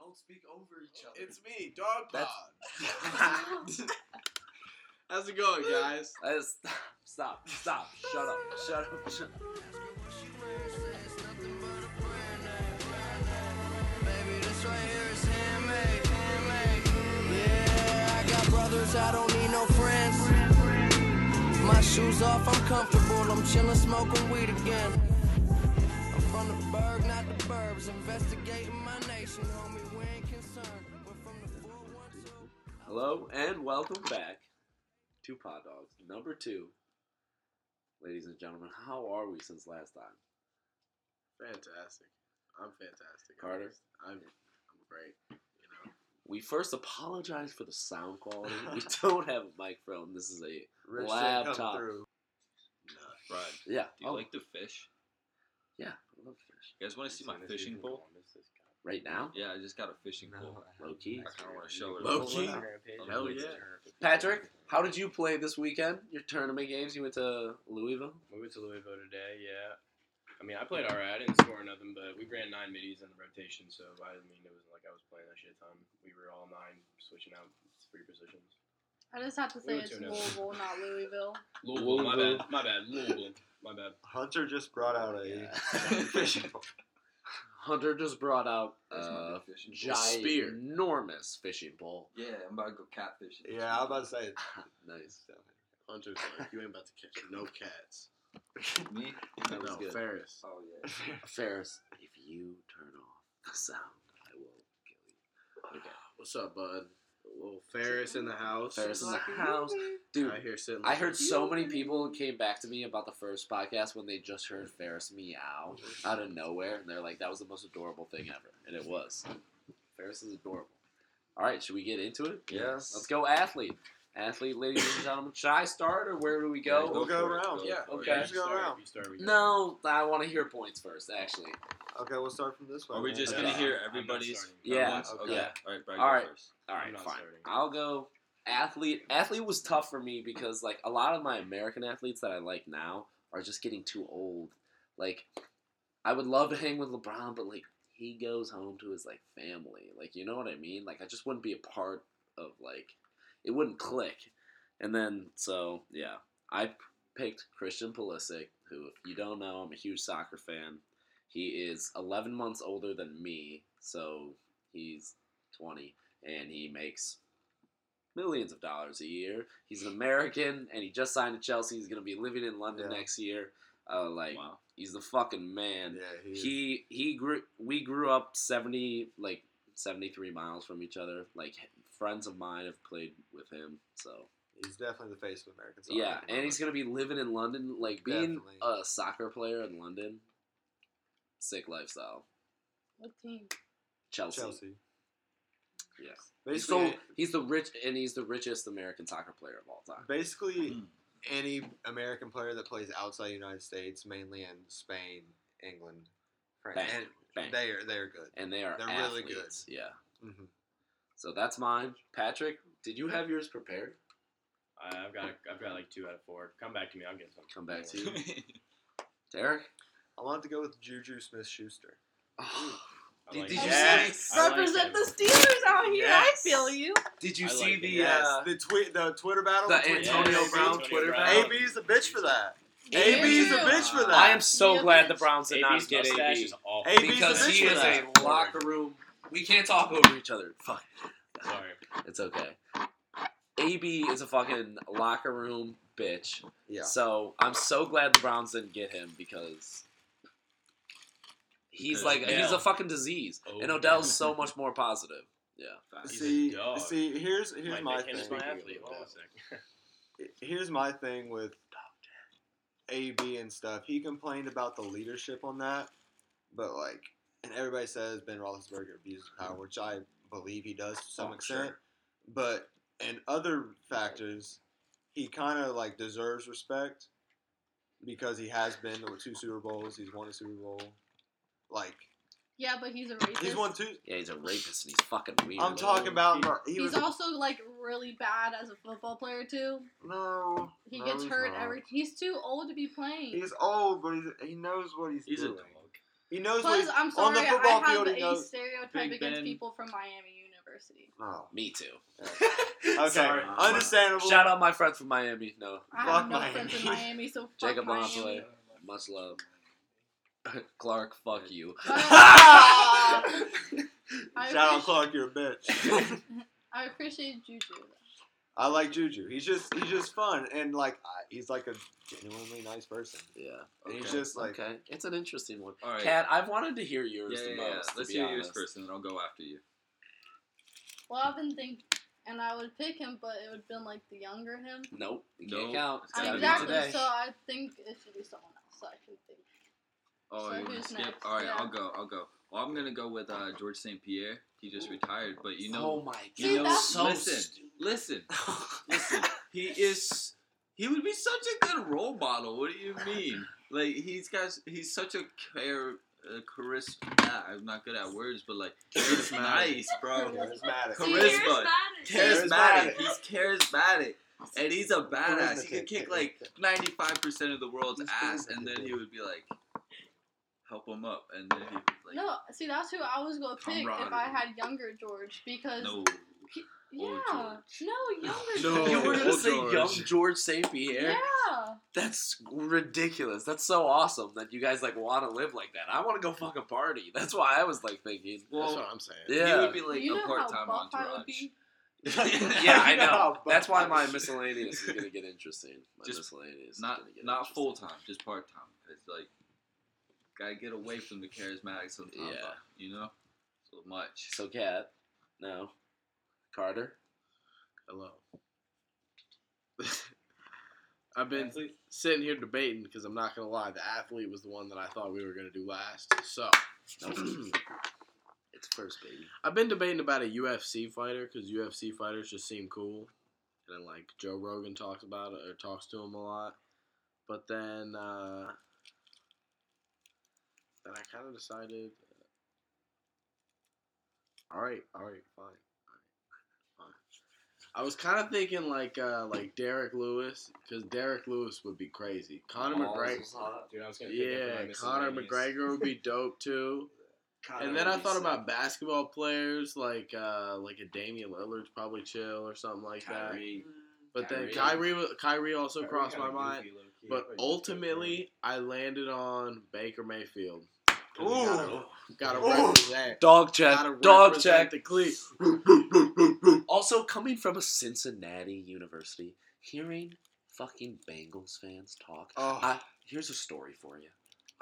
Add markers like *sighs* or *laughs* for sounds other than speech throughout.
Don't speak over each other. It's me, Dog Pod. That's- How's it going, guys? I just, Uh, stop, stop, stop. Shut up, shut up, shut up. Baby, this right here is handmade, handmade. Yeah, I got brothers, I don't need no friends. My shoes off, I'm comfortable. I'm chillin', smoking weed again. I'm from the burg, not the burbs. Investigating my nation, homie, we ain't concerned. We're from the 412. Hello and welcome back to Pod Dogs number two. Ladies and gentlemen, how are we since last time? Fantastic. I'm fantastic. Carter? I'm, I'm great. You know, We first apologize for the sound quality. *laughs* We don't have a microphone. This is a Rich Lab that come top. through. Brian, yeah. do you oh, like to fish? yeah? I love fish You guys want to see my fishing pole? right now. Yeah, I just got a fishing pole. Low key. I kind of want to show it. Low key? Hell Hell yeah. yeah. Patrick, how did you play this weekend? Your tournament games. You went to Louisville. Moving to Louisville today, yeah. I mean, I played all right. I didn't score nothing, but we ran nine middies in the rotation, so I didn't mean it wasn't like I was playing a shit ton. We were all nine switching out three positions. I just have to say We it's were 2-0. Louisville, not Louisville. Louisville, my bad, my bad, Louisville, my bad. Hunter just brought out a *laughs* fishing pole. Hunter just brought out That's my a big fishing pole. giant, Spear. enormous fishing pole. Yeah, I'm about to go catfishing. Yeah, I'm about to say. nice. Hunter's like, you ain't about to catch no cats. Me? That was no, good. Ferris. Oh yeah. Ferris, if you turn off the sound, I will Okay. What's up, bud? Little Ferris in the house. Ferris is a house. Dude, Out here sitting. I like- heard so many people came back to me about the first podcast when they just heard Ferris meow out of nowhere, and they're like, "That was the most adorable thing ever," and it was. Ferris is adorable. All right, should we get into it? Yes. Let's go, athlete. Athlete, ladies and gentlemen, should I start or where do we go? We'll go for it, around, go yeah. for it. Okay. You Let's go start, around. you start, we go. No, I want to hear points first, actually. Okay, we'll start from this one. Are we just Okay. gonna hear I'm not everybody's? starting. Yeah, comments? okay. Okay. Yeah. All right, Brad, All go right. first. *laughs* All I'm right, not fine. starting. I'll go. Athlete. Athlete was tough for me because like a lot of my American athletes that I like now are just getting too old. Like, I would love to hang with LeBron, but like he goes home to his like family. Like, you know what I mean? Like, I just wouldn't be a part of like it wouldn't click. And then so yeah, I p- picked Christian Pulisic, who if you don't know, I'm a huge soccer fan. He is 11 months older than me, so he's 20 and he makes millions of dollars a year. He's an American, and he just signed to Chelsea. He's gonna be living in London Yeah. next year. Uh, like Wow. he's the fucking man. Yeah, he. He he grew. We grew up seventy like seventy three miles from each other. Like friends of mine have played with him. So He's definitely the face of American soccer. yeah, and he's gonna be living in London. Like being Definitely. a soccer player in London, sick lifestyle. What team? Chelsea. Chelsea. Yeah. He's Basically, so he's the rich and he's the richest American soccer player of all time. basically Mm. Mm-hmm. any American player that plays outside the United States, mainly in Spain, England, France, Bang, and bang. they are they're good. and they are They're really athletes. good. Yeah. Mhm. So that's mine. Patrick, did you have yours prepared? I- I've got, I've got like two out of four. Come back to me. I'll get some. Come back to you. Derek? I want to go with Juju Smith Schuster. Oh, I Did- like did it. you Yes! I like Represent it. the Steelers out here. Yes. I feel you. did you I see like the it. Yes, uh, the tweet, the Twitter battle. the between Antonio AB. Brown Antonio Twitter Brown. battle? AB is a bitch for that. Yeah. AB is a Yeah. bitch for I that. am so Yeah. glad the Browns did AB's not get mustache AB is awful. AB 's a because bitch he for is a that. locker room. We can't talk over each other. Fuck. Sorry. It's okay. AB is a fucking locker room bitch. yeah, So I'm so glad the Browns didn't get him because he's Because like he's Odell. a fucking disease, and Odell. Odell's so much more positive. Yeah, He's a see, dog. see, here's here's Might my make him thing. my athlete. Hold on a sec. here's my thing with AB and stuff. He complained about the leadership on that, but like, and everybody says Ben Roethlisberger abuses power, which I believe he does to some Oh, extent. sure. But in other factors, he kind of like deserves respect because he has been to two Super Bowls. He's won a Super Bowl. Like Yeah, but he's a racist. he's won two. yeah, he's a rapist and he's fucking weird. I'm talking about he He's was also like really bad as a football player too. no. He no, gets he's hurt not. every. He's too old to be playing. He's old, but he's, he knows what he's, He's a doing. dog. He knows what Plus, he's. I'm on sorry, the I football have field, he a knows stereotype Big against Ben. people from Miami University. Oh, Me too. yeah. okay, Sorry. understandable. *laughs* Shout out my friend from Miami. No, I Fuck have no Miami. friends in *laughs* Miami, so fuck Jacob Miami. Bonsley. Much love. *laughs* Clark, fuck you. uh, *laughs* But I, Shout out appreci- Clark, you're a bitch. I appreciate Juju. I like Juju. He's just he's just fun and like I- he's like a genuinely nice person. yeah. And he's Okay. just like okay. It's an interesting one. All right. Cat, I've wanted to hear yours yeah, the yeah, yeah. most. Let's to be hear yours honest. first, and then I'll go after you. Well, I've been thinking, and I would pick him, but it would have been like the younger him. Nope. You No, can't count. it's It's gotta gotta be exactly. today. So I think it should be someone else. I can think. Oh, So you want who's to skip? next? All right, Yeah. I'll go. I'll go. Well, I'm gonna go with uh, George St. Pierre. He just retired, but you know, oh my god. See, that's- so Listen. stupid. listen, listen. He is. He would be such a good role model. What do you mean? Like he's got. He's such a care. Uh, charisma. I'm not good at words, but like, it's nice, *laughs* bro. charismatic. See, here's Charisma. Charismatic. charismatic. He's charismatic, and he's a badass. He Charismatic. could kick like ninety-five percent of the world's ass, and then he would be like, "Help him up," and then he would like, No, see, that's who I was gonna pick if I Camaraderie. had younger George because "No." yeah, old *laughs* no younger No, George. *laughs* you were gonna Old say George. young George St. Pierre? yeah. That's ridiculous. That's so awesome that you guys like want to live like that. I want to go fucking party. That's why I was like thinking. Well, I'm saying. he Yeah, would be like you a know how part-time buff I entourage. would be. yeah, I You know know. how That's why my buff- miscellaneous is gonna get interesting. My Just miscellaneous, is Not gonna get not interesting. full time, just part time. It's like gotta get away from the charismatic sometimes. Yeah. uh, You know, so much. So cat, no, Carter. Hello. *laughs* I've been sitting here debating because I'm not gonna lie, the athlete was the one that I thought we were gonna do last. So *clears throat* It's first baby. I've been debating about a UFC fighter because UFC fighters just seem cool, and then, like Joe Rogan talks about it or talks to him a lot. But then, uh, then I kind of decided, uh, all right, all right, fine, all right, fine. I was kind of thinking like uh, like Derek Lewis because Derek Lewis would be crazy. Conor Balls McGregor, was hot. Dude, I was gonna pick him for yeah, my Conor miscellaneous. McGregor would be dope too. And then I thought about basketball players like uh, like a Damian Lillard's probably chill or something like that. Kyrie. But then Kyrie. Kyrie wa- Kyrie also Kyrie crossed my kinda mind. goofy, low-key. But Probably ultimately, I landed on Baker Mayfield. Ooh. Got to Ooh. represent. Dog check. Gotta Dog represent check. the clique. Also, coming from a Cincinnati university, hearing fucking Bengals fans talk. Oh. I, here's a story for you.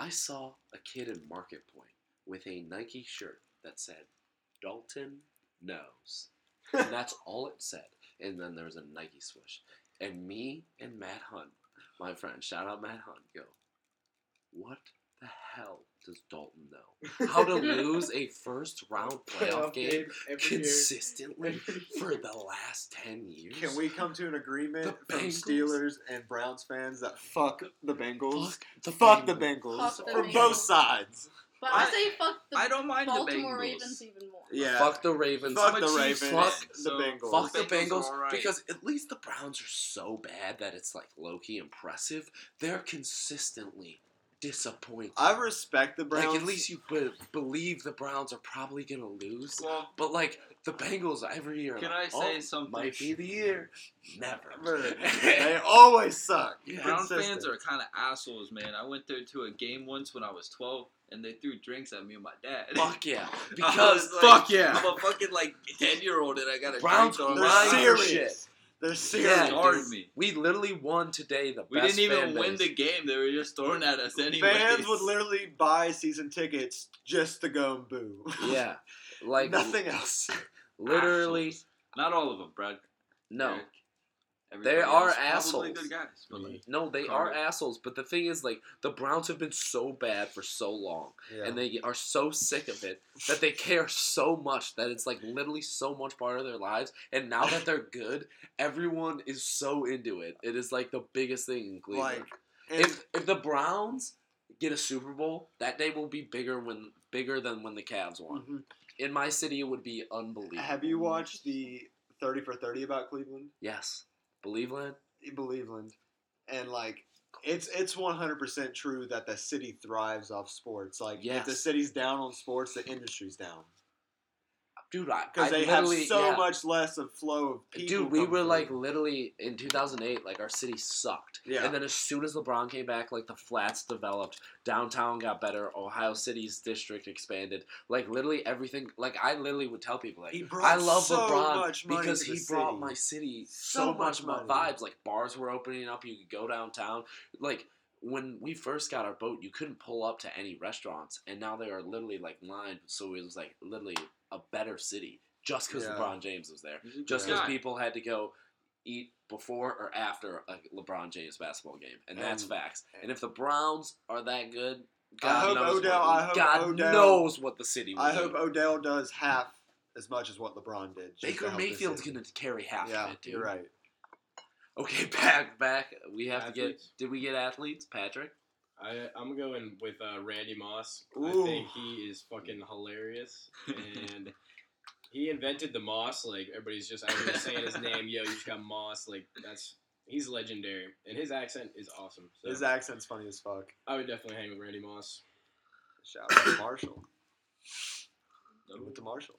I saw a kid in Market Point with a Nike shirt that said, Dalton knows. And *laughs* that's all it said. And then there was a Nike swoosh. And me and Matt Hunt, my friend, shout out Matt Hunt, go, what the hell does Dalton know? How to lose *laughs* a first round playoff game every year. *laughs* consistently for the last 10 years. Can we come to an agreement The from Bengals. Steelers and Browns fans that fuck the Bengals? fuck the Fuck the Bengals. Bengals Fuck the from Bengals. both sides. But I, I- say fuck the I don't mind Baltimore the Bengals. Ravens even more. Yeah. Fuck the Ravens. Fuck I'm the a Chiefs Ravens. fan, Fuck the so- Bengals. Fuck the Bengals are Bengals all right. because at least the Browns are so bad that it's like low key impressive. They're consistently disappointing. I respect the Browns. Like at least you be- believe the Browns are probably gonna lose, Well, but like the Bengals every year. Can like, I say oh, something? Might be the year. *laughs* Never. they always suck. Yeah. Brown fans Consistent. are kind of assholes, man. I went there to a game once when I was 12, and they threw drinks at me and my dad. Fuck yeah! *laughs* I Because was like, Fuck yeah. I'm a fucking like 10 year old, and I got a Browns drink on They're my- grind serious. shit. They're serious. dude. Guard me. We literally won today. The We best didn't even fan win base. the game. They were just throwing at us anyway. Fans would literally buy season tickets just to go and boo. *laughs* *laughs* Yeah, like nothing else. Literally, Assholes. Not all of them, Brad. no, Eric, everybody They are else, Probably assholes. good guys. But like, no. They are Carter. assholes. But the thing is, like, the Browns have been so bad for so long, Yeah. and they are so sick of it that they care so much that it's like literally so much part of their lives. And now that they're good, everyone is so into it. It is like the biggest thing in Cleveland. like, and if if the Browns get a Super Bowl, that day will be bigger when bigger than when the Cavs won. Mhm. In my city, it would be unbelievable. have you watched the thirty for thirty about Cleveland? Yes, Believeland. Cleveland, and like it's it's one hundred percent true that the city thrives off sports. Like if the Yes. city's down on sports, the industry's down dude. I, I because they have literally- so yeah. much less of flow of people. Dude, we coming were through. like literally in 2008, like our city sucked. Yeah. And then as soon as LeBron came back, like the flats developed, downtown got better, Ohio City's district expanded. Like literally everything. Like I literally would tell people, like He brought I love so LeBron much money because to the he brought city. my city So so, much much, much money. vibes. Like bars were opening up, you could go downtown. Like when we first got our boat, you couldn't pull up to any restaurants, and now they are literally like lined. So it was like literally a better city just because Yeah. LeBron James was there He's a just good because guy. people had to go eat before or after a LeBron James basketball game, and that's And- facts. And if the Browns are that good, I God hope knows Odell- what, I hope God Odell- knows what the city. Will I hope do. Odell does half as much as what LeBron did. just to Baker help the Mayfield's city. gonna carry half Yeah, of it, dude. you're right. *laughs* Okay, back back. We have to get. Athletes? Did we get athletes, Patrick? I, I'm going with uh, Randy Moss. Ooh. I think he is fucking hilarious, and he invented the Moss. Like everybody's just out here saying his name. Yo, you just got Moss. Like that's he's legendary, and his accent is awesome. So His accent's funny as fuck. I would definitely hang with Randy Moss. Shout out to Marshall. With the Marshall.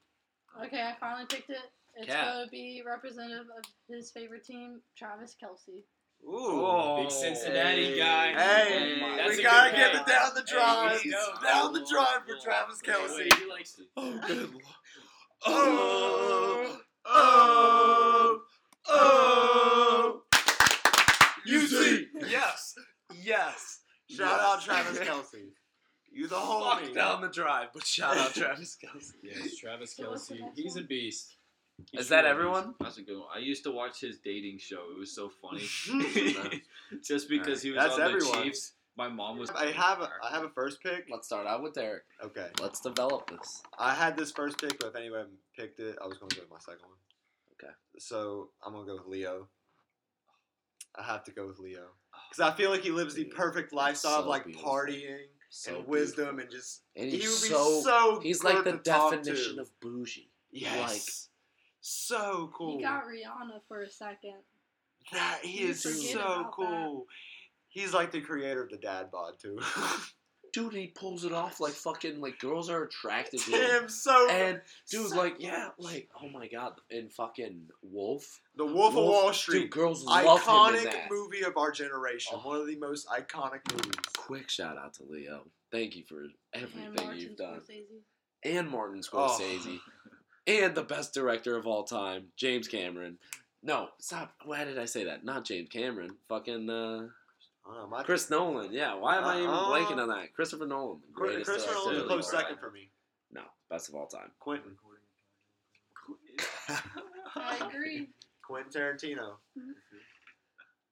Okay, I finally picked it. It's Cat. gonna be representative of his favorite team, Travis Kelsey. Ooh. Big Cincinnati Hey. guy. Hey, Oh, Hey, Oh, that's we a gotta good get pick. it down the drive. Hey, let's go. down the drive for Travis Kelsey. Wait, he likes to- Oh, good lord. Oh, oh, oh. *laughs* UC. Yes, yes. Shout out Travis Kelsey. You the homie. Fuck down the drive, but shout out Travis Kelsey. Yes, Travis So what's the Kelsey. next He's a one? beast. *laughs* He's Is that truly a everyone? That's a good one. I used to watch his dating show. It was so *laughs* funny. Nice. *laughs* Just because he was That's on the everyone. Chiefs, my mom was. I have a, I have a first pick. Let's start out with Derek. Okay, Let's develop this. I had this first pick, but if anyone picked it, I was going to go with my second one. Okay. So I'm gonna go with Leo. I have to go with Leo because I feel like he lives the Leo. perfect lifestyle of Oh, So like beautiful. partying So and wisdom beautiful. and just And he would he's be so, so. he's like good the to talk to. definition of bougie. yes. so cool. He got Rihanna for a second. That he You is forget so about cool. He's like the creator of the dad bod too. *laughs* Dude, he pulls it off like fucking like girls are attracted to him. Tim, so And dude, like yeah, like oh my god, and fucking Wolf. the Wolf, of Wolf- Wall Street, Dude, girls love him in iconic that. movie of our generation, Oh. one of the most iconic movies. Quick shout out to Leo. Thank you for And everything Martin you've done. Scorsese. And Martin Oh. Scorsese. And the best director of all time, James Cameron. No, stop. Why did I say that? Not James Cameron. Fucking uh I don't know, my Chris Nolan, yeah. Why am I even Uh-uh. blanking on that? Christopher Nolan, the Chris- greatest Christopher director Nolan's a of close all time. second for me. No, best of all time. Quentin, *laughs* I agree. Quentin Tarantino,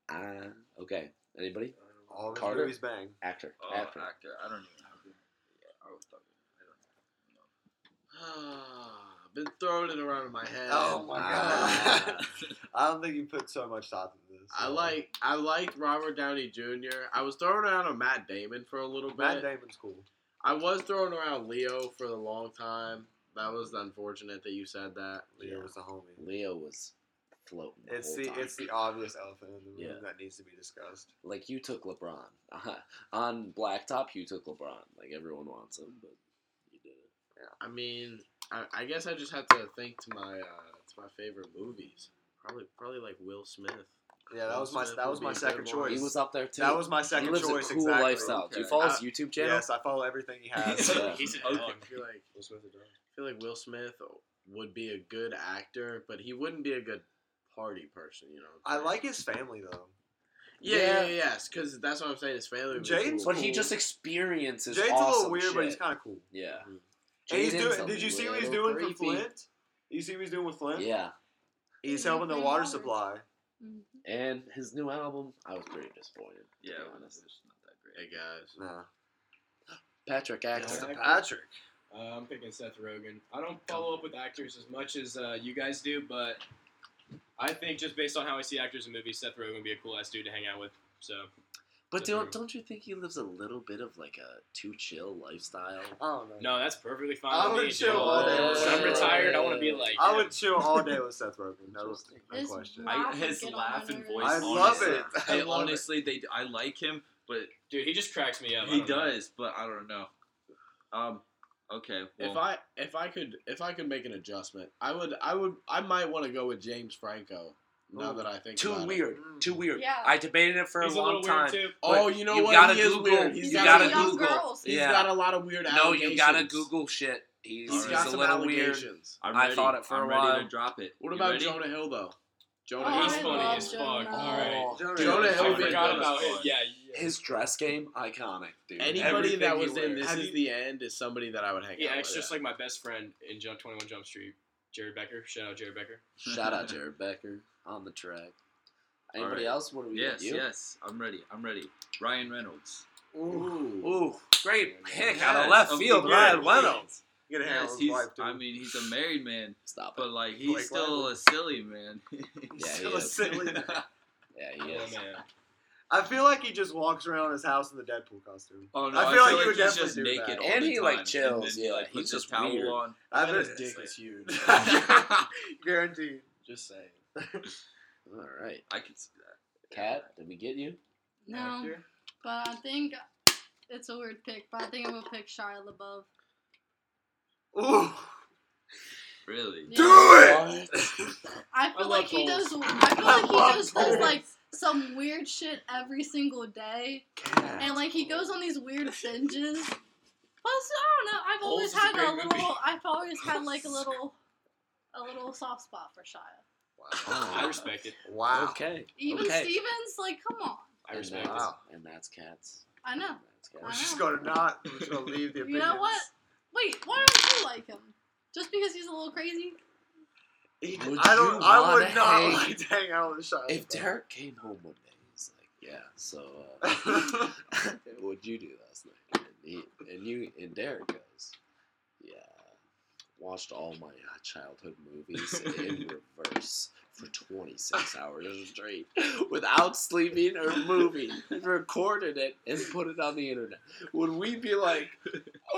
Uh, okay. Anybody? all of his Carter? movies bang. Actor. Uh, Oh, actor. actor. I don't even have it. Yeah, I was talking. *sighs* Been throwing it around in my head. Oh my Ah. *laughs* god! *laughs* I don't think you put so much thought into this. I like I liked Robert Downey Jr. I was throwing around a Matt Damon for a little bit. Matt Damon's cool. I was throwing around Leo for a long time. That was unfortunate that you said that. Leo was the homie. Leo was floating. The It's whole the time. it's the *laughs* obvious elephant in the room Yeah. that needs to be discussed. like you took LeBron *laughs* on Blacktop. You took LeBron. Like everyone wants him, but you did it. I mean, I, I guess I just have to think to my uh, to my favorite movies. Probably probably like Will Smith. Yeah, that Will was my Smith that was would my be a second good one. choice. He was up there too. that was my second he lives choice. a cool exactly. Uh, lifestyle. Do you Okay. follow his YouTube channel? Yes, I follow everything he has. Yeah. He's an Okay. dog. *laughs* I feel like Will Smith a dog. I feel like Will Smith would be a good actor, but he wouldn't be a good party person. You know. what I I'm saying? like his family though. Yeah, yeah, Yeah. yeah, yes, because that's what I'm saying. His family. was Jaden's cool. But he just experiences. Jade's a little awesome weird, shit. but he's kind of cool. yeah. And he's Jaden's doing. a Did you see what he's little doing for creepy. Flint? You see what he's doing with Flint? Yeah, He's Yeah, helping the clean water water. supply. Mhm. and his new album, I was pretty disappointed. To Yeah, yeah, it be was honest. not that Hey great. guys, Nah. Patrick It's Axel. Yeah. Patrick. Uh, I'm picking Seth Rogen. I don't follow up with actors as much as uh, you guys do, but I think just based on how I see actors in movies, Seth Rogen would be a cool ass dude to hang out with. So But Different. don't don't you think he lives a little bit of like a too chill lifestyle? I don't know. No, that's perfectly fine. I with would me, chill Joe. all day. When I'm Yeah. retired. I want to be like. I would chill all day with Seth Rogen. No, Interesting. no This question. rock I, would his get on laugh my and nerves. voice. I love honestly, it. I they love it. honestly, they I like him, but Dude, he just cracks me up. I he don't know. does. But I don't know. Um. Okay. Well, If I if I could if I could make an adjustment, I would I would I might want to go with James Franco. Now Ooh. that I think Too about it. weird. Mm. Too weird. Yeah. I debated it for He's a a long little time. weird too. Oh, But you know you what? gotta he is Google- weird. you He's He's got got a- gotta young Google. girls. He's Yeah. got a lot of weird. No, you gotta allegations. Google shit. He's, He's Alright. got he's a some little weird. allegations. I'm I ready. thought it for I'm a ready while. to drop it. What You about ready? Jonah Hill though? Jonah Oh, he's I Hill. funny love as fuck. Jonah. All right. Oh. Jonah Jonah Hill. I Hill forgot Hill about, is him. fun. Yeah. yeah. His dress game, iconic, dude. *laughs* Anybody Everything that he was in wears. this Have is you- the end is somebody that I would hang He out acts with. just like my best friend in Jump Twenty One Jump Street, Jerry Becker. Shout out Jerry Becker. Shout out Jared Becker on the track. Anybody Alright. else? What do we Yes. got? You? Yes. I'm ready. I'm ready. Ryan Reynolds. Ooh. Ooh, great pick Yes, out of left of field, course. Ryan Reynolds. You gotta hang out Yes. with his He's. wife, dude. *laughs* I mean, he's a married man, Stop it. but like he's Blake still Lively. a silly man. *laughs* Yeah, he So is. silly. Yeah, he is. Oh, man. I feel like he just walks around his house in the Deadpool costume. Oh no! I feel I feel, like he would like he's definitely just do naked that. all And the he, time. like, and chills, then he, yeah, like, he's puts his just towel weird. on. *laughs* I That *laughs* his bet- dick is huge. Guaranteed. just saying. All right, I can see that. Kat, did we get you? No, but I think it's a weird pick. But I think I'm gonna pick Shia LaBeouf. Ooh. Really? Yeah. Do it! I I feel love like he Coles. does. I feel I like love he just does Coles. like some weird shit every single day, and like he goes on these weird binges. Plus, I don't know. I've Coles always is a had great a movie. little. I've always had like a little, a little soft spot for Shia. I respect it. Wow. Ah. Okay. Even Okay. Stevens, like, come on. I respect and uh, it. that's, Wow. And that's Kat's. I know. That's Kat's. We're just gonna not. We're just gonna leave the You know what? Wait, why don't you like him? Just because he's a little crazy? opinions. Would I don't. you I wanna would not hang- like to hang out with Shia. If LaBeouf. Derek came home one day, he's like, "Yeah, so uh, *laughs* what'd you do last night?" And, he, and you and Derek goes, "Yeah, watched all my uh, childhood movies in *laughs* reverse for 26 hours straight without sleeping or moving, and recorded it and put it on the internet." Would we be like,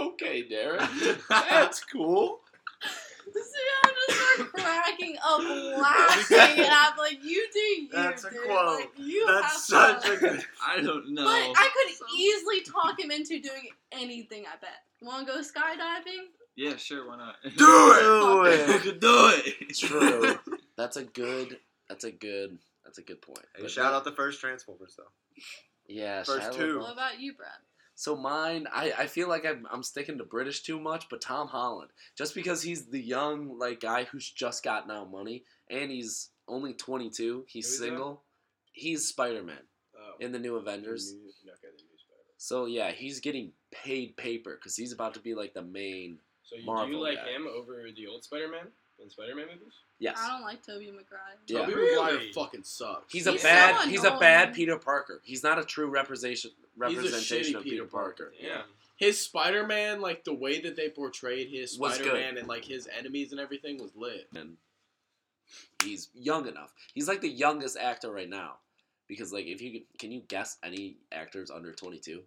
"Okay, Derek, *laughs* that's cool"? *laughs* See, I'm just like cracking up laughing, and I'm like, you do you, *laughs* That's a dude. quote. Like, you have That's such fun. a good. *laughs* I don't know. *laughs* But I could easily talk him into doing anything, I bet. Want to go skydiving? yeah, sure. Why not? Do it. *laughs* you could do it. True. That's a good. That's a good. That's a good point. *laughs* Hey, But shout out the first Transformers though. Yeah, First Shia two. LaBeouf. What about you, Brad? So mine, I, I feel like I'm, I'm sticking to British too much, but Tom Holland, just because he's the young like guy who's just gotten out money and he's only 22, he's Who's that? single, he's Spider Man Oh. Um, in the new Avengers. New- okay, the new Spider-Man. So yeah, he's getting paid paper because he's about to be like the main. So you, do Marvel you like guy. him over the old Spider-Man in Spider-Man movies? Yes, I don't like Toby McGuire. Yeah. Toby Really? Maguire fucking sucks. he's, He's a so bad he's a bad annoying. Peter Parker. He's not a true representation He's a representation shitty of Peter, Peter Parker. Parker. Yeah. His Spider Man, like the way that they portrayed his Was good. Spider Man and like his enemies and everything was lit. and he's young enough. He's like the youngest actor right now, because like if you could, can you guess any actors under twenty two?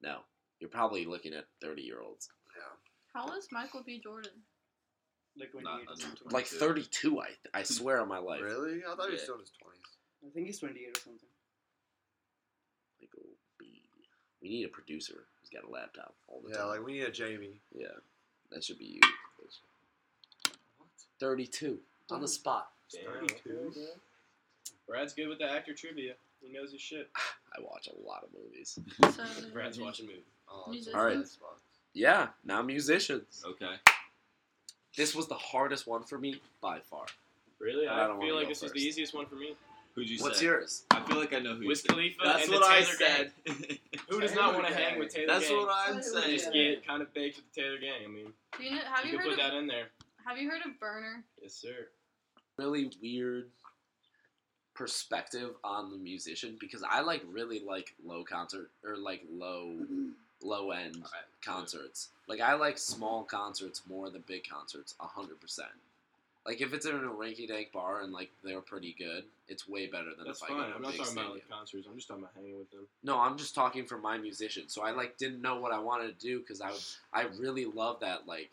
No, you're probably looking at thirty year olds, How is Michael B. Jordan? Like when Not he under 22. like thirty two. I I swear on my life. Really? I thought he was Yeah. still in his twenties. I think he's 28 or something. Like, oh, B. we need a producer who's got a laptop all the Yeah, time. like we need a Jamie. yeah, that should be you. Thirty two on the spot. Damn. okay. Brad's good with the actor trivia. He knows *laughs* his shit. I watch a lot of movies. So, Brad's watching movies. Oh, He's it's All right. on the spot. Yeah, now musicians. Okay. This was the hardest one for me by far. Really? I I, don't wanna feel like go this was the first. easiest one for me. Who'd you What's say? yours? I feel like I know who. Wiz you said. Khalifa That's and what the I Taylor Gang. said. Who does not Taylor want to hang Gang. with Taylor That's Gang? what I Taylor You said. just Yeah. get kind of baked with the Taylor Gang. I mean, Do you know, have you, you can heard put of that in there. Have you heard of Burner? Yes, sir. really weird perspective on the musician because I like really like low concert or like low low end Alright. concerts. Like I like small concerts more than big concerts, hundred percent. Like if it's in a ranky dank bar and like they're pretty good, it's way better than That's if I go fine. to a I'm not big talking stadium. about like concerts. I'm just talking about hanging with them. No, I'm just talking for my musician. So I like didn't know what I wanted to do because I would, I really love that like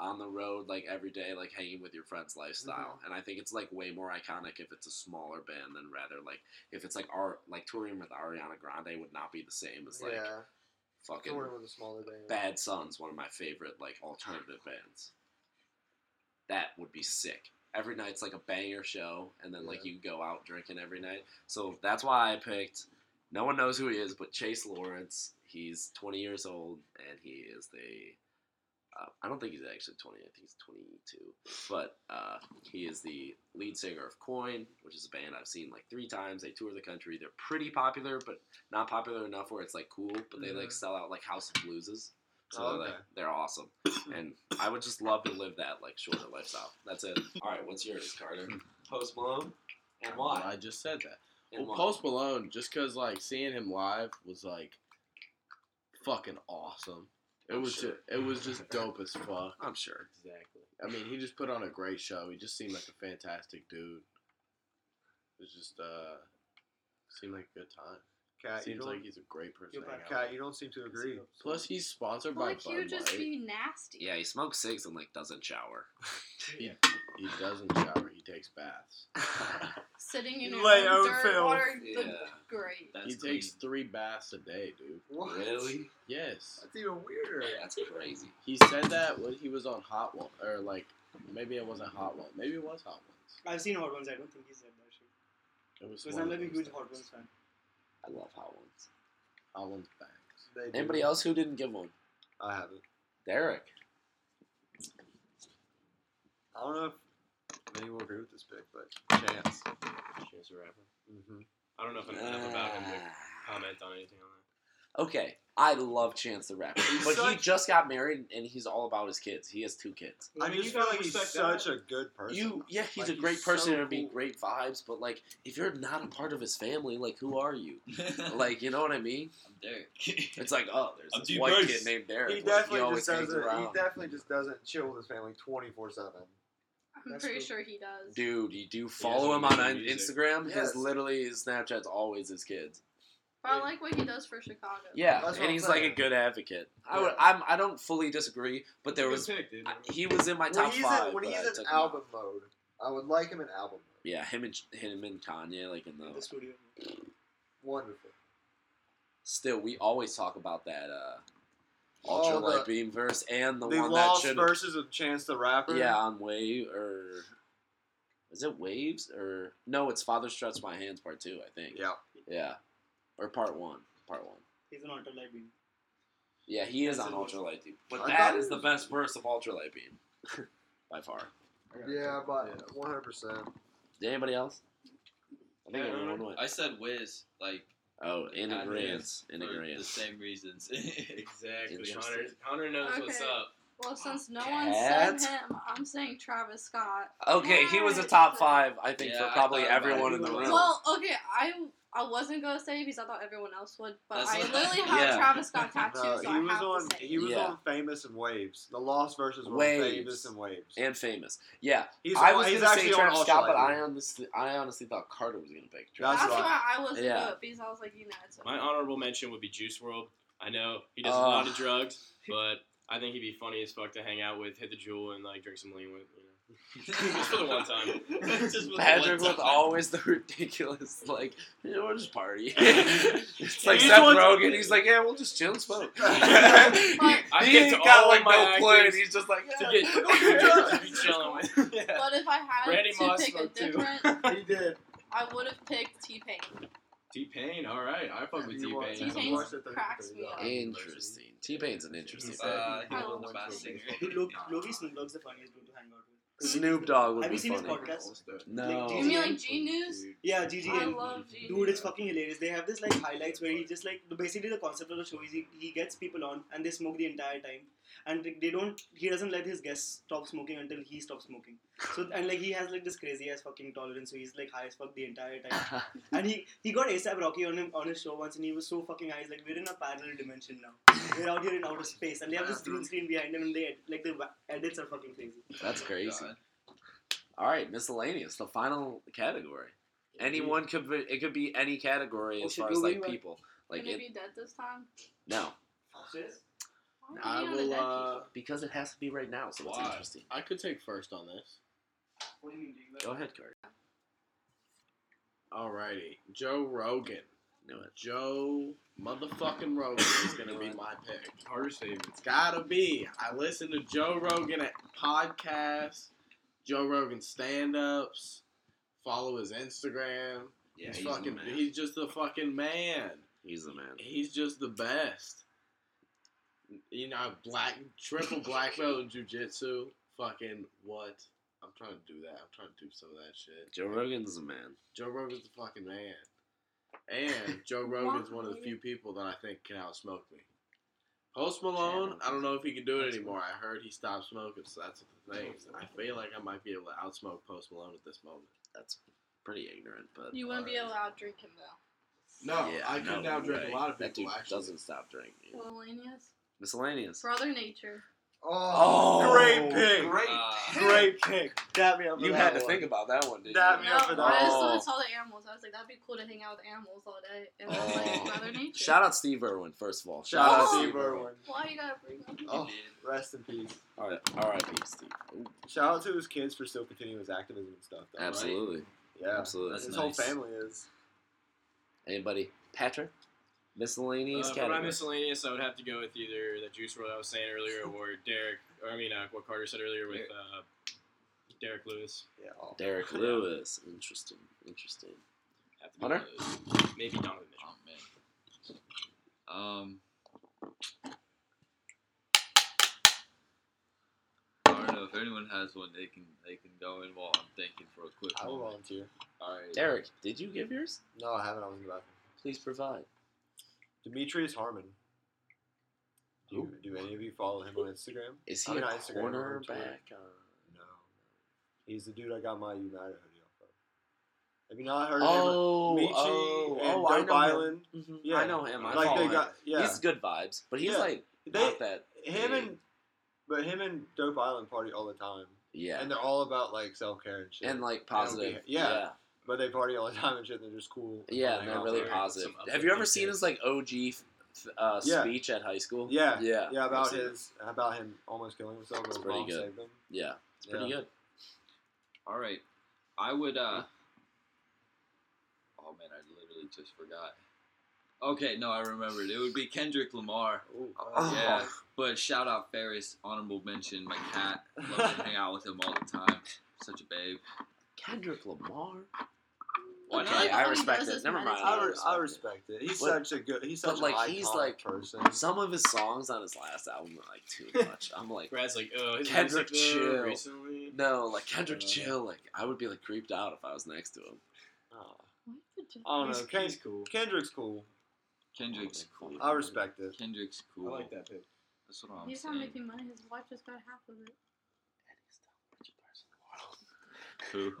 on the road like every day like hanging with your friends lifestyle Mm-hmm. and i think it's like way more iconic if it's a smaller band than rather like if it's like our like touring with ariana grande would not be the same as like yeah, fucking touring with a smaller band. bad sons one of my favorite like alternative bands that would be sick every night's like a banger show and then like you go out drinking every night so that's why i picked no one knows who he is but chase lawrence he's 20 years old and he is the uh, i don't think he's actually 20 i think he's 22 but uh, he is the lead singer of coin which is a band i've seen like three times they tour the country they're pretty popular but not popular enough where it's like cool but they like sell out like house of blueses so Oh, they're, like, okay. they're awesome and i would just love to live that like shorter lifestyle that's it all right what's yours carter post malone and why I just said that. and Well, why? Post Malone, just because like seeing him live was like fucking awesome. It I'm was sure. ju- it was just dope as fuck. i'm sure Exactly. I mean, he just put on a great show. He just seemed like a fantastic dude. It was just uh, seemed like a good time. Cat, you Seems don't, like he's a great person. to You're hang out Cat, with. you don't seem to agree. Plus, he's sponsored by like, Bud you would just Light. be nasty. yeah he smokes cigs and like doesn't shower He doesn't shower. He takes baths. Sitting in your Lay own own dirt, filth. water, the *laughs* Yeah. great. That's he takes clean. three baths a day, dude. What? really Yes. even weirder. that's crazy *laughs* He said that when he was on Hot One, or like maybe it wasn't Hot One. Maybe it was Hot Ones. I've seen Hot Ones. I don't think he's said that shit. It was. Because one I'm of like a those huge Hot things. Ones fan. i love hot ones Hot Ones bangs. They do. anybody else who didn't give one I haven't. derek I don't know if many will agree with this pick, but chance. Chance the Rapper. Mm-hmm. I don't know if I know enough about him Ah. to comment on anything on that. Okay, I love Chance the Rapper, but he such- just got married and he's all about his kids. He has two kids. I just feel like he's such a good person. You, yeah, he's Like, a great he's person so and be cool. great vibes, but like, if you're not a part of his family, like, who *laughs* are you? Like, you know what I mean? I'm Derek. *laughs* It's like, oh, there's I'm this too white nice. kid named Derek. He like, definitely always just hangs doesn't. He around. definitely just doesn't chill with his family twenty four seven. I'm That's pretty cool. sure he does. Dude, you do follow him on doesn't on make music. Instagram. His Yes. literally his Snapchat's always his kids. But I like what he does for Chicago. Yeah, That's what and I'm he's like saying. a good advocate. I Yeah. would, I'm, I don't fully disagree, but there It's was a good pick, dude. I, he was in my When top he's five. in, when but I he's took in him out. album mode, I would like him in album mode. Yeah, him and him and Kanye, like in in the the studio. Wonderful. still, we always talk about that uh ultra Oh, the- light beam verse and the, The one that lost should verses of Chance the Rapper. yeah on wave or is it waves or no? It's Father Struts My Hands Part Two, I think. Yeah. yeah, or Part One, Part One. He's an alter light beam. Yeah, he is That's on it. ultra light beam, but I that thought is it the was- best verse of ultra light beam *laughs* by far. Yeah, but one hundred percent. Did anybody else? I think Yeah, I everyone don't went. I said Wiz, like Oh, in Kanye agreement, in for the agreement. same reasons. *laughs* Exactly. Interesting. Hunter, Hunter knows what's Okay. up. Well, since no one said Cats? him, I'm saying Travis Scott. Okay, he was a top five, I think, Yeah, for I probably thought about everyone it. in the room. Well, okay, I I wasn't gonna say it because I thought everyone else would, but That's I what- literally have Yeah. *laughs* Travis Scott tattoos, No, so he I was have on. to say. He was Yeah. on Famous and Waves. The Lost verses were Waves. on Famous and Waves. and famous. Yeah, he's I on- was he's gonna say actually on Travis Ultra Scott, but Light Beam. I honestly, I honestly thought Carter was gonna pick Travis. That's, That's why I was Yeah. yeah. because I was like, you know, it's My honorable mention would be Juice World. I know he does Uh. a lot of drugs, but I think he'd be funny as fuck to hang out with, hit the jewel, and like drink some lean with. You know. *laughs* Just for the one time. Just for the Patrick one with *laughs* time. always the *laughs* ridiculous, like, yeah, we'll just party. it's Yeah, like he's Seth the one- Rogen. He's like, yeah, we'll just chill and smoke. *laughs* he I he get ain't to got all like my no plan. actors He's just like, To yeah. get we'll do drugs. to be chilling with. *laughs* But if I had Randy to Moss pick a smoked too. different, *laughs* he did. I would have picked *laughs* T *laughs* Pain. T Pain, all right, I fuck with He T was- Pain. he was T-Pain's at the- cracks me up. Interesting. T Pain's an interesting. He's, guy. Uh, he I was love the best singer. Lo- Loki Snoop Dogg's the funniest dude to hang out with. Snoop Dogg would Have be you seen his funny. podcast? No. Like, You mean like G News? Yeah, GG I and love G dude, News. it's fucking hilarious. They have this like highlights where he just like basically the concept of the show is he, he gets people on and they smoke the entire time, and like, they don't he doesn't let his guests stop smoking until he stops smoking. So and like he has like this crazy ass fucking tolerance, so he's like high as fuck the entire time. *laughs* And he he got ASAP Rocky on him on his show once, and he was so fucking high. He's like, we're in a parallel dimension now. We're out here in outer space, and they have this green screen behind them, and they like the wa- edits are fucking crazy. That's crazy. God. All right, miscellaneous, the final category. Anyone could be, it could be any category Oh, as should far as we like re- people. Like Can it it, be dead this time? no, Why are I we on the will. dead Uh, people? because it has to be right now, so it's Why? interesting. I could take first on this. What do you mean? do you guys- Go ahead, Kurt. Alrighty, Joe Rogan. Knew it. Joe motherfucking Rogan is gonna be my pick. Hardest favorite. It's gotta be. I listen to Joe Rogan at podcasts, Joe Rogan stand ups, follow his Instagram. Yeah, he's, he's, fucking the man. he's just the fucking man. He's the man. He's just the best. You know, black triple *laughs* black belt in jujitsu. Fucking what? I'm trying to do that. I'm trying to do some of that shit. Joe Rogan's the man. Joe Rogan's the fucking man. And Joe Rogan's one of the few people that I think can outsmoke me. Post Malone, I don't know if he can do it anymore. I heard he stopped smoking, so that's the thing. I feel like I might be able to outsmoke Post Malone at this moment. That's pretty ignorant, but You wouldn't be Alright. allowed drinking though. No, I no could now drink way. a lot of That people. dude Actually, doesn't stop drinking. Miscellaneous. Miscellaneous. Brother Nature. Oh, Oh. great pick. Great. Great pick. Dab me up for You that had to one. think about that one, didn't That- No, me up for I that. just Oh. saw- saw the animals. I was like, that'd be cool to hang out with animals all day. *laughs* And then Oh. like Brother Nature. you? Shout out Steve Irwin, first of all. Shout out Oh. Steve Irwin. Why you gotta bring up? Oh, rest in peace. All right, R.I.P. Steve. Shout out to his kids for still continuing his activism and stuff. Though, right? Absolutely. Yeah. Absolutely. That's his nice. whole family is. Anybody? Patrick? Miscellaneous Uh, for my category. miscellaneous, I would have to go with either the Juice World I was saying earlier, or Derek, or I mean, uh, what Carter said earlier with uh, Derek Lewis. Yeah. Oh, all- Derek Lewis. Interesting. Interesting. Have to be Hunter? one of those. Maybe Donovan Mitchell. Oh man. Um. I don't know if anyone has one. They can they can go in while I'm thinking for a quick I will moment. volunteer. All right. Derek, did you give yours? No, I haven't. I was in the bathroom. Please provide. Demetrius Harmon. Do, you, Who? do any of you follow him on Instagram? Is he I mean, a on Instagram, cornerback? uh? on Twitter. No. He's the dude I got my United hoodie off of. Have you not heard of him? Oh, Michi oh, and oh, I Dope know Island. him. Mhm, Yeah. I know him. I Like follow they him. got, yeah. He's good vibes, but he's Yeah. like they, not that. him big. and, but him and Dope Island party all the time, yeah, and and, they're all about like self care and shit. like positive. be- yeah. but they party all the time and shit. They're just cool. yeah, yeah, Hang and they're out really there. *laughs* positive. Some Have you ever uplifting seen his like OG f- f- uh, Yeah. speech at high school? Yeah. yeah, Yeah, I've about seen it. his about him almost killing himself. But It's his pretty mom good. saved him. Yeah, it's pretty Yeah. good. All right. I would. uh Oh man, I literally just forgot. Okay, no, I remembered. It would be Kendrick Lamar. Ooh. Oh, oh, Yeah, but shout out Ferris, honorable mention. My cat, love to hang out with him all the time. Such a babe. Kendrick Lamar. Why Okay, not? I He respect does it. his Never mind. medicine. I, I re- I respect it. respect it. He's But- such a good. He's but, such like, an iconic he's, like- person. Some of his songs on his last album are like *laughs* too much. I'm like, Brad's like, oh, his Kendrick music, though, Chill. recently. no, like Kendrick Uh, Chill. Like I would be like creeped out if I was next to him. Oh, Why is it just- Oh, I don't know. He's, Ken- he's cool. Kendrick's cool. Kendrick's cool. I respect it. Kendrick's I cool. like that pick. That's what I'm He's not saying. making money. His wife just got half of it. Who?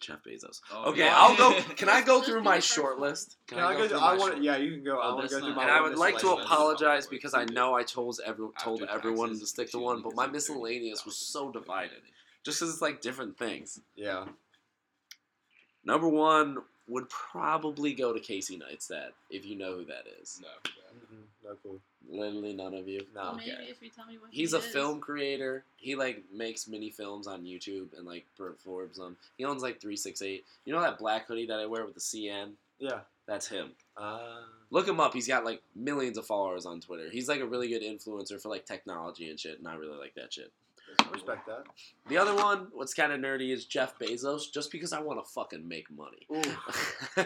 Jeff Bezos. Oh, Okay, yeah. I'll go. Can I go Let's through do my the first short one. list? Can I go? through Through, my I short want. Yeah, you can go. I Oh, want to that's go through not- my. And I would like to miscellaneous. apologize because I know I chose every told After everyone to taxes, stick to you one, need but my say miscellaneous was so 30,000. divided. Just because it's like different things. Yeah. Number one would probably go to Casey Neistat if you know who that is. No. Mhm. No cool. Literally none of you. No. Well, maybe Oh, okay. if you tell me what He's he a is. film creator. He like makes mini films on YouTube and like performs them. He owns like three six eight. You know that black hoodie that I wear with the CN? Yeah. That's him. Uh, Look him up. He's got like millions of followers on Twitter. He's like a really good influencer for like technology and shit, and I really like that shit. I respect that. The other one, what's kind of nerdy, is Jeff Bezos, just because I want to fucking make money. *laughs* Ooh,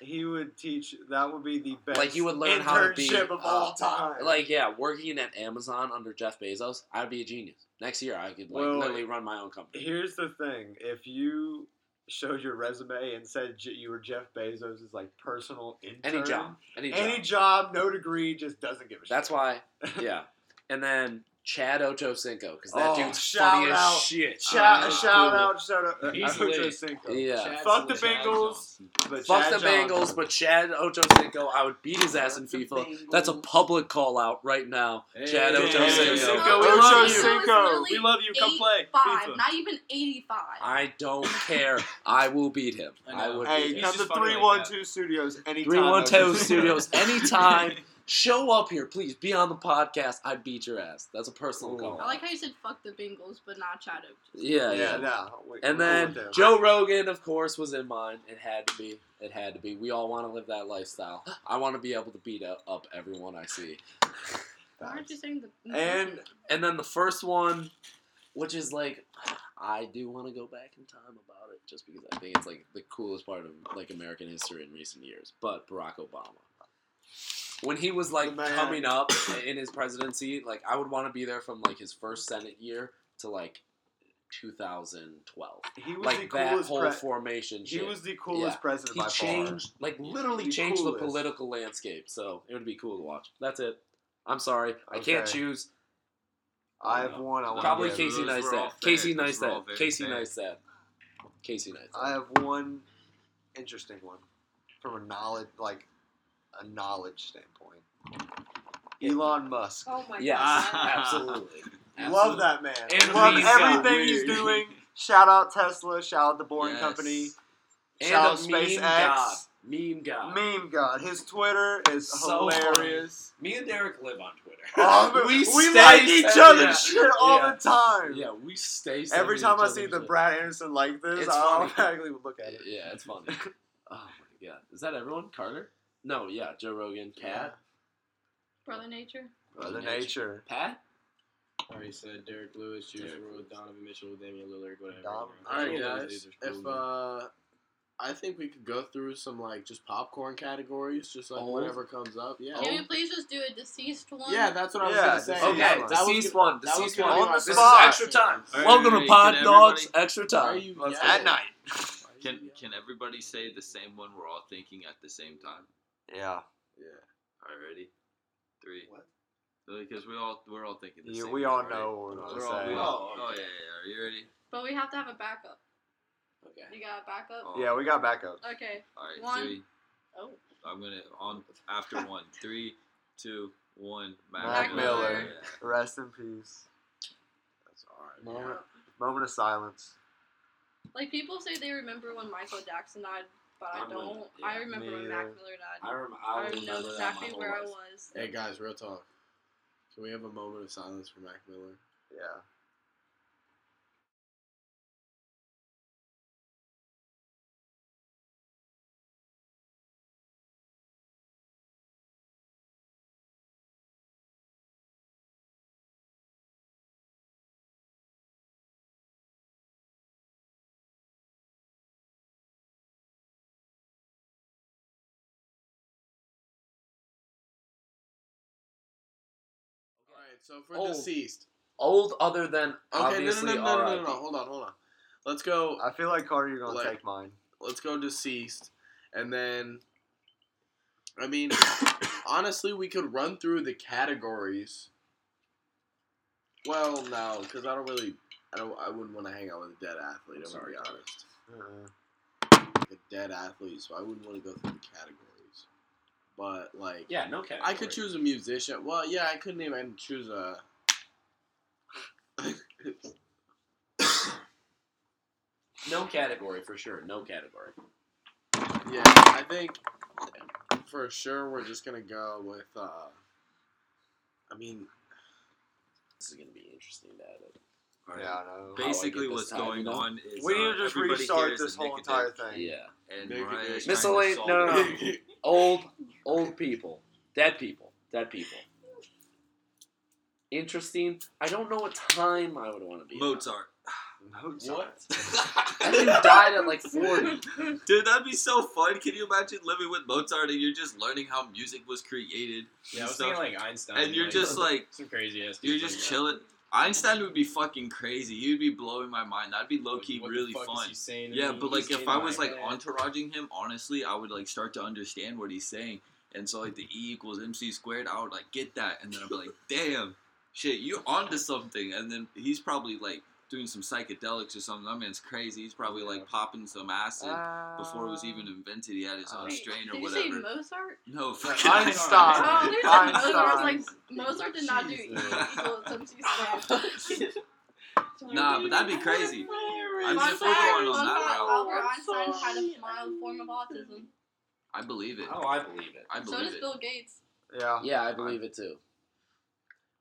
he would teach. That would be the best. Like, you would learn how to be, internship of all uh, time. like, yeah, working at Amazon under Jeff Bezos, I'd be a genius. Next year, I could like Well, literally run my own company. Here's the thing: if you showed your resume and said j- you were Jeff Bezos' like personal intern, Any job, any job. *laughs* any job, no degree, just doesn't give a shit. That's why, yeah. And then Chad Otocinco because that Oh, dude's shout funny out. as shit. Shout, Uh, shout out, shout out. Uh, I He's would lit. just think of- Yeah. Chad's Fuck the legit. Bengals. But Fuck Chad the Bengals, Johnson. but Chad Ochocinco, I would beat his ass in Fuck the FIFA. That's a Bengals. public call out right now. Hey, Chad hey, Ochocinco. Ochocinco, we love you. Ochocinco. We love you. Come play. Five, FIFA. not even eighty-five. I *laughs* don't care. I will beat him. I, I know. would Hey, beat him. come just to funny like 312 Studios anytime. *laughs* 312 Studios, anytime. *laughs* Show up here, please. Be on the podcast. I beat your ass. That's a personal Ooh. call. I like how you said "fuck the Bengals," but not Chad Ochocinco. yeah, Yeah, yeah. no. wait, And we're cool then with that. Joe Rogan, of course, was in mine. It had to be. It had to be. We all want to live that lifestyle. I want to be able to beat up, up everyone I see. Why aren't you saying the? And and then the first one, which is like, I do want to go back in time about it, just because I think it's like the coolest part of like American history in recent years. But Barack Obama, when he was like The man. coming up in his presidency, like I would want to be there from like his first Senate year to like 2012, he was the like that coolest. whole pre- formation. he shit. was the coolest Yeah. president He by changed, like literally The changed coolest. the political landscape. So it would be cool to watch. That's it. I'm sorry, I can't Okay. Oh, choose. far. I have one. I want Probably to Casey those were all Neistat. fair. Casey Those were all Neistat. very Casey fair. Neistat. Casey Oh Neistat. I have one interesting one from a knowledge, like a knowledge standpoint. Elon Musk. Oh my Yes, *laughs* god. absolutely. Love Absolutely. that man. And Love he's got everything he's weird. doing. *laughs* Shout out Tesla. Shout out the Boring Yes. Company. And Shout out a meme SpaceX. god. Meme god. Meme God. His Twitter is So hilarious. Me and Derek live on Twitter. Oh, We we stay like each sending other's that. shit all Yeah. the time. yeah, we stay. Every time sending each I other see the shit. Brad Anderson like this, It's I funny. automatically look at it. Yeah, it's funny. Oh my god, is that everyone? Carter? No, yeah, Joe Rogan, Pat, Brother Nature. Brother Nature. Pat. Already said Derek Lewis, Juice Derek WRLD, Lewis. Donovan Mitchell, Damian Lillard, whatever. Dom- All right, All right, These guys. are If uh, I think we could go through some like just popcorn categories, just like Old. whatever comes up. Yeah. Can we please just do a deceased one? Yeah, that's what I was Yeah, gonna say. deceased Okay, that was deceased gonna- one. that was Deceased gonna one. be On my- the this spot. is extra time. All right, Welcome to can Pod Dogs. everybody- Extra Why are time. you Let's- yelling? At night. *laughs* Why are you Can yelling? can everybody say the same one we're all thinking at the same time? Yeah. Already, three. What? Because we all we're all thinking the yeah same. we one, all right? know what we're We're gonna all, say. we all, Oh, oh yeah, okay. yeah. Are you ready? But we have to have a backup. Okay. You got a backup? Oh, Yeah, we got backup. Okay. All right, One. three. Oh. I'm gonna on after *laughs* one. Three, two, one. Mac Miller. Yeah. Rest in peace. That's all right. Moment. Moment of silence. Like people say they remember when Michael Jackson died, but I I'm don't. gonna- yeah, I remember when Mac neither. Miller I, died. rem- I, remember that know my exactly whole where I life. was. Hey guys, real talk. Can we have a moment of silence for Mac Miller? Yeah. All right, so for Oh. deceased. Old other than Okay, no, no, obviously no, no, no, no, RIP. no, Hold on, hold on. Let's go. I feel like Carter, you're gonna Like- take mine. Let's go deceased, and then. I mean, *coughs* honestly, we could run through the categories. Well, no, because I don't really. I don't. I wouldn't want to hang out with a dead athlete. I'm sorry, honest. Uh, A dead athlete, so I wouldn't want to go through the categories. But like, Yeah, no category. I could choose a musician. Well, yeah, I couldn't even choose a. no category for sure. No category. Yeah, I think for sure we're just gonna go with. uh I mean, This is gonna be interesting to edit. All right. yeah, I know. Ba- Basically, this what's time, going you know? on is We uh, need to just everybody here restart is this a whole entire nicotine- thing. Yeah. And Make it Mariah is good. trying to Miscellaneous- solve no, no, it. *laughs* no. *laughs* Old, old people, dead people, dead people. Interesting. I don't know what time I would want to be. Mozart. what? That *laughs* dude died at like forty. Dude, that'd be so fun. Can you imagine living with Mozart and you're just learning how music was created? Yeah, I and was stuff? thinking like Einstein. and you're just like, some crazy ass. you're dudes just like that. chilling. Einstein would be fucking crazy. He would be blowing my mind. That'd be low key What the really fuck is fun. he saying to Yeah, me? but He's like if in I my was like head. entouraging him, honestly, I would like start to understand *laughs* what he's saying. And so like the E equals MC squared, I would like get that, and then I'd be like, damn, shit, you're onto something. And then he's probably like doing some psychedelics or something. That man's crazy. He's probably like popping some acid before it was even invented. He had his own Wait, strain or did Uh, whatever. you say *laughs* Mozart? no, fucking *laughs* Einstein. Oh, there's like Mozart. Like Mozart did not do E Jesus. *laughs* equals MC squared. Nah, but that'd be crazy. I Fun mean, fact, if we're going on fun that fact, route, Albert Einstein had a mild form of autism. I believe it. Oh, I believe it. I So believe does it. *laughs* Bill Gates. Yeah. Yeah, I believe it too.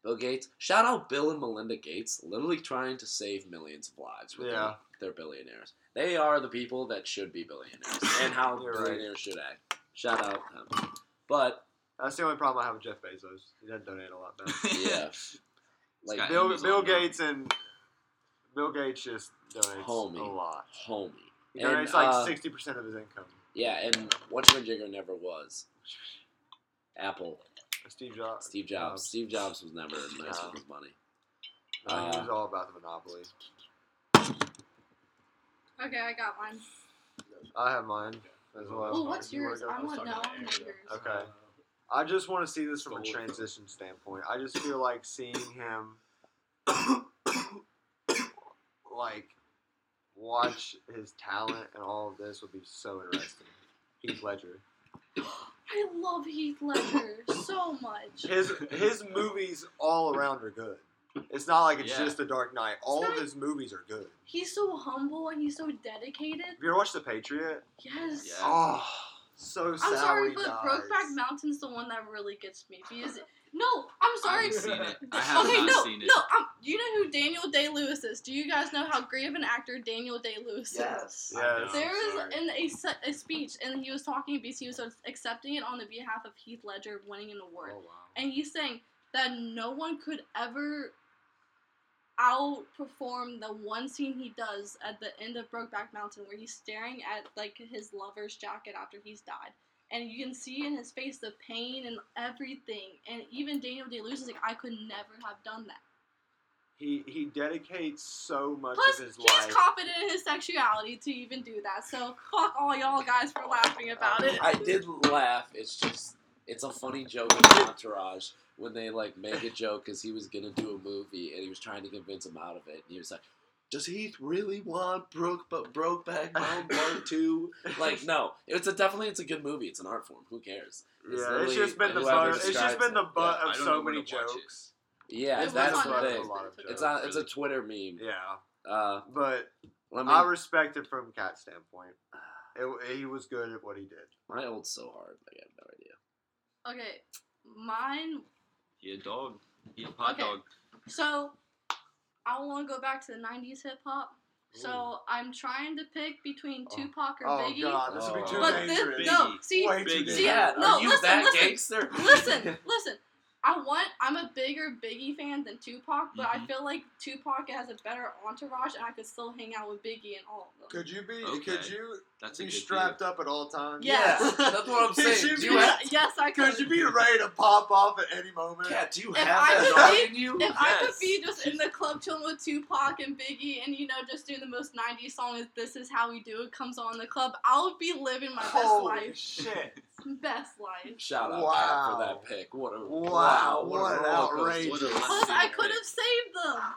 Bill Gates. Shout out Bill and Melinda Gates, literally trying to save millions of lives with Yeah. their, their billionaires. They are the people that should be billionaires and how You're right. billionaires should act. Shout out them. But That's the only problem I have with Jeff Bezos. He doesn't donate a lot though. *laughs* yeah, *laughs* like Scott. Bill Amazon, Bill though. Gates and Bill Gates just donates Homie. a lot. homie. He And, donates like uh, sixty percent of his income. Yeah, and Whatchamajigger never was. Apple. Steve Jobs. Steve Jobs. Steve Jobs was never nice Jobs. with his money. No, he Uh, was all about the monopoly. Okay, I got mine. I have mine as well. Well, what's You wanna yours? go? I Let's want talk no, about I want yours. it. Okay. I just want to see this from a transition standpoint. I just feel like seeing him, like, watch his talent and all of this would be so interesting. Heath Ledger. I love *laughs* Heath Ledger so much. His his movies all around are good. It's not like it's Yeah. just The Dark Knight. All of not- his movies are good. He's so humble and he's so dedicated. Have you ever watched The Patriot? Yes. Yeah. Oh, so sad. I'm sorry, when he but dies. Brokeback Mountain's the one that really gets me because no, I'm sorry. I've seen it. I have okay, not no, seen it. no. Um, you know who Daniel Day Lewis is? Do you guys know how great of an actor Daniel Day Lewis is? Yes. There was sorry. in a, se- a speech, and he was talking because he was accepting it on the behalf of Heath Ledger winning an award, and he's saying that no one could ever outperform the one scene he does at the end of Brokeback Mountain, where he's staring at like his lover's jacket after he's died, and you can see in his face the pain and everything, and even Daniel Day Lewis is like, I could never have done that. He he dedicates so much Plus, of his he's life. confident in his sexuality to even do that. So fuck all y'all guys for laughing about it. Um, I did laugh. It's just it's a funny joke in Entourage when they like make a joke because he was gonna do a movie and he was trying to convince him out of it. And he was like, "Does Heath really want Broke but *laughs* Brokeback Mountain Part Two? Like, no. It's a definitely it's a good movie. It's an art form. Who cares? yeah, It's it's literally just been the whoever butt. It's just describes been it. the butt I of so don't know where many to watch it. jokes. Yeah, It yeah was that's on the Netflix. thing. It's It's on. It's a Twitter meme. Yeah, Uh, but let me. I respect it from Cat's standpoint. It, he was good at what he did. my old's so hard. Like, I have no idea. *laughs* Okay, mine. He a dog. He a pot Okay. dog. So I want to go back to the '90s hip hop. So I'm trying to pick between Tupac or Oh Biggie. God, this would be too Oh. But dangerous. this, no, Biggie. see, Way too Biggie. dangerous. See, Yeah, no, are you listen, that listen. gangster? listen, listen. I want. I'm a bigger Biggie fan than Tupac, but I Mhm. feel like Tupac has a better entourage, and I could still hang out with Biggie and all of them. Could you be? Okay. Could you That's a be good strapped *laughs* up at all times? Yes. Yeah, that's what I'm He saying. should Do be- you have, *laughs* yes, I *laughs* could. Could you be ready to pop off at any moment? Cat, do you If have I *laughs* that could dog in you? If I could Yes. be just in the club chilling with Tupac and Biggie and you know just doing the most 90s song is This Is How We Do It comes on in the club, I would be living my best Holy life. shit! Best life. Shout out Wow. Pat for that pick. What a Wow, what an roller coaster. outrageous. What a Plus, I lesson. could have saved them.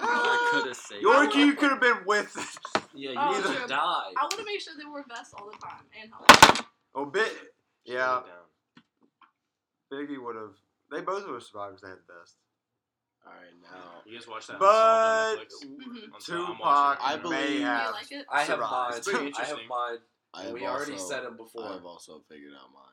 Damn. I could have saved York, it. you could have been with. *laughs* us. Yeah, you Oh, either true. die. I would have made sure they wore vests all the time and helmet. Oh, bit. Yeah, Down. Biggie would have. They both would have survived if they had the best. All right, now. You guys watch that? But Unsolved on Netflix? Mhm. I'm sorry, I'm Tupac watching it. I may believe- You Do have. you like it? I have Survive. mine. It's pretty I have interesting. mine. I And have we already also- said it I before. have also figured out mine.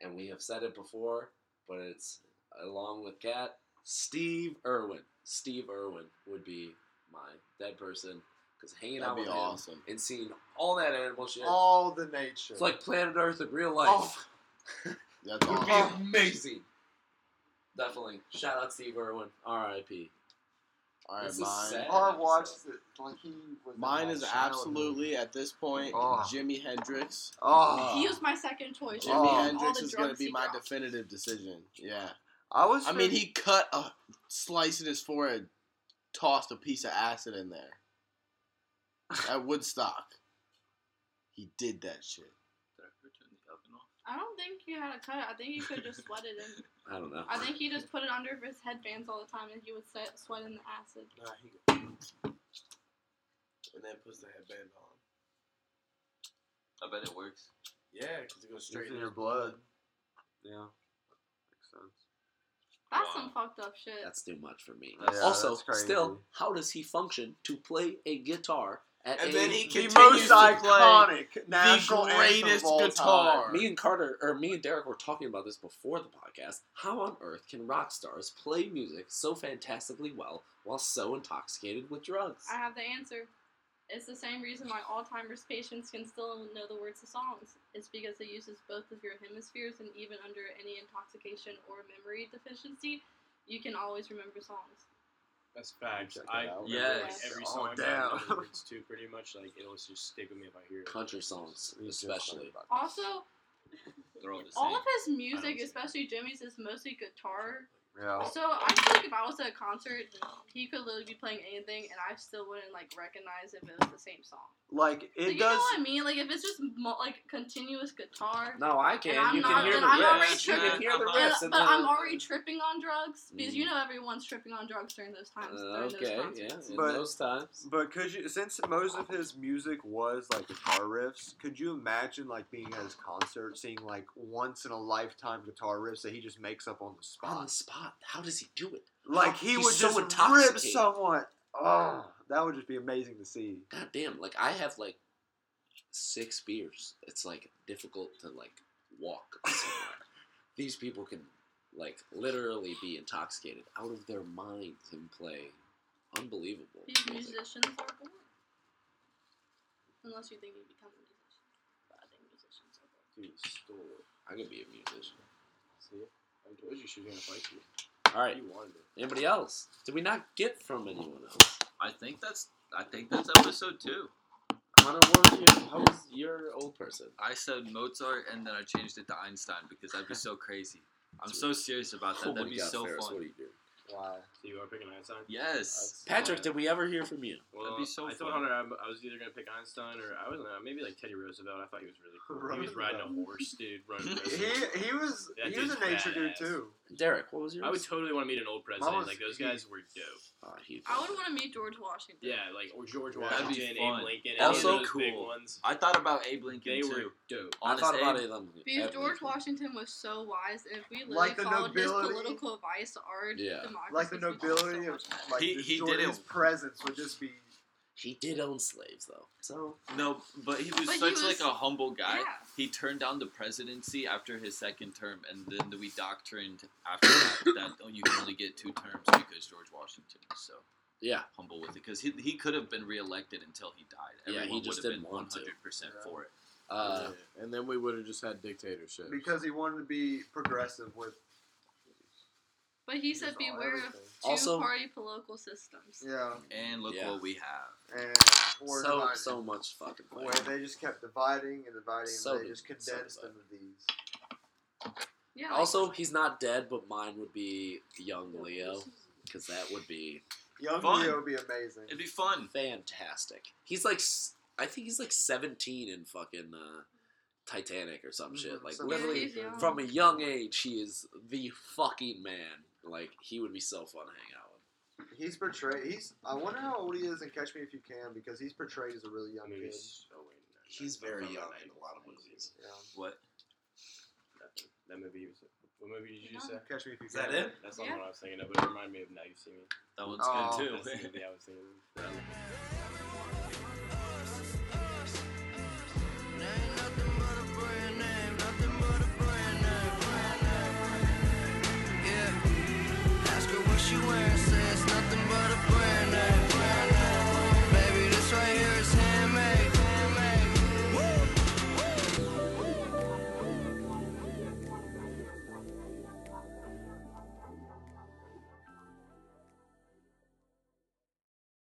And we have said it before, but it's along with Cat. Steve Irwin. Steve Irwin would be my dead person. Because hanging out with That'd be him awesome. and seeing all that animal shit. all the nature. It's like Planet Earth in real life. Oh. That's would awesome. be amazing. Definitely. Shout out Steve Irwin. R.I.P. All right, This is mine. sad. Hard watched it like he was. in Mine my is childhood. absolutely at this point Oh. Jimi Hendrix. Oh, He was my second choice. Ah. Jimi Oh. Hendrix is going gonna to be my definitive decision. Yeah. I was. I mean, fin- he cut a slice in his forehead, tossed a piece of acid in there. At Woodstock, he did that shit. Did I ever turn the oven off? I don't think you had to cut it. I think you could just sweat it in. I don't know. I think he just put it under his headbands all the time, and he would set, sweat in the acid. Nah, he and then puts the headband on. I bet it works. Yeah, because it goes straight in your blood. Yeah. Makes sense. That's Wow. some fucked up shit. *sighs* That's too much for me. That's- also, that's crazy. still, how does he function to play a guitar at And a- then he The continues most to play iconic, national anthem of greatest all guitar. time. Me and Carter, or me and Derek, were talking about this before the podcast. How on earth can rock stars play music so fantastically well while so intoxicated with drugs? I have the answer. It's the same reason why Alzheimer's patients can still know the words to songs. It's because it uses both of your hemispheres, and even under any intoxication or memory deficiency, you can always remember songs. That's facts. Check that I out. remember, Yes. like, every All song I down. know the words to pretty much like it'll just stick with me if I hear it. Country songs, We just especially. learned about this. Also, They're all the same. all of his I music, don't- especially Jimmy's, is mostly guitar. yeah. So I feel like if I was at a concert, he could literally be playing anything, and I still wouldn't like recognize if it was the same song. Like it Like, you know does. what I mean? Like if it's just mo- like continuous guitar. No, I And I'm can. You not- can hear and the I'm already riffs. You can tripping. hear the I'm- And- riffs. and but then- I'm already tripping on drugs because you Mm. know everyone's tripping on drugs during those times. Uh, during okay, those yeah. concerts. In But- those times, But could you, since most of his music was like guitar riffs, could you imagine like being at his concert, seeing like once in a lifetime guitar riffs that he just makes up on the on spot? the spot, how does he do it? Like he Oh, He's would so just rip intoxicated. someone. Oh, that would just be amazing to see. God damn! Like I have like six beers. It's like difficult to like walk. *laughs* somewhere. These people can like literally be intoxicated out of their minds and play unbelievable. These music. musicians are bored. Unless you think you become a musician, but I think musicians are bored. Dude, stole it. I could be a musician. See, I told you she was gonna fight you. All right. You wanted it. Anybody else? Did we not get from anyone else? I think that's I think that's episode two. Connor, what was your, how was your old person? I said Mozart and then I changed it to Einstein because that'd be so crazy. I'm so serious about that. Oh my that'd be God, so Ferris, fun. what are you doing? Wow. So you are picking Einstein. Yes. Patrick, did we ever hear from you? Well, That'd be so I told fun. Hunter I, I was either gonna pick Einstein or I wasn't. uh, Maybe like Teddy Roosevelt. I thought he was really cool. He was riding a horse, dude. Running. around. He he was That he was a dude's nature dude badass. too. Derek, what was your? I would totally want to meet an old president. Mama's- like those guys were dope. oh, he- I would want to meet George Washington. Yeah, like or George Yeah. That'd be Washington, fun. Abe Lincoln. Also any of those big cool. ones. I thought about Abe Lincoln They too. were dope. I thought Honest, about Abe- it. um, Because everything. George Washington was so wise, and if we literally Like the followed nobility- his political advice, our Yeah. democracy Like the would be so nobility of much better. like He- just he did Jordan's it. presence would just be. He did own slaves though, so No, but he was But he such was- like a humble guy. Yeah. He turned down the presidency after his second term, and then we doctrined after *coughs* that that oh, you can only get two terms because George Washington was so yeah. humble with it because he, he could have been reelected until he died. Yeah, he Everyone just would have didn't been want to. 100 percent for it. Uh, Yeah, and then we would have just had dictatorship. Because he wanted to be progressive with But he said, just all beware of everything. Also- two-party political systems. yeah, And look Yeah. what we have. and or so divided. so much fucking. Where fighting. they just kept dividing and dividing, So and they did- just so did condensed that. into these. Yeah. like- Also, he's not dead, but mine would be young Leo because that would be Young Fun. Leo would be amazing. It'd be fun. fantastic. He's like, s- I think he's like seventeen in fucking uh, Titanic or some shit. Mhm, Like something Mm-hmm. literally like that. Yeah. from a young age, he is the fucking man. Like he would be so fun to hang out with. he's portrayed. He's. I wonder how old he is in Catch Me If You Can because he's portrayed as a really young I mean, kid. he's so in that- He's that- very that young movie. in a lot of movies. Yeah. What? Nothing. That movie was. What movie did you just say? Catch Me If You Is that Can. it? That's not Yeah. what I was thinking of, but it reminded me of Now You See Me. That one's Aw. good That's the too. movie I was thinking *laughs* of. There ain't nothing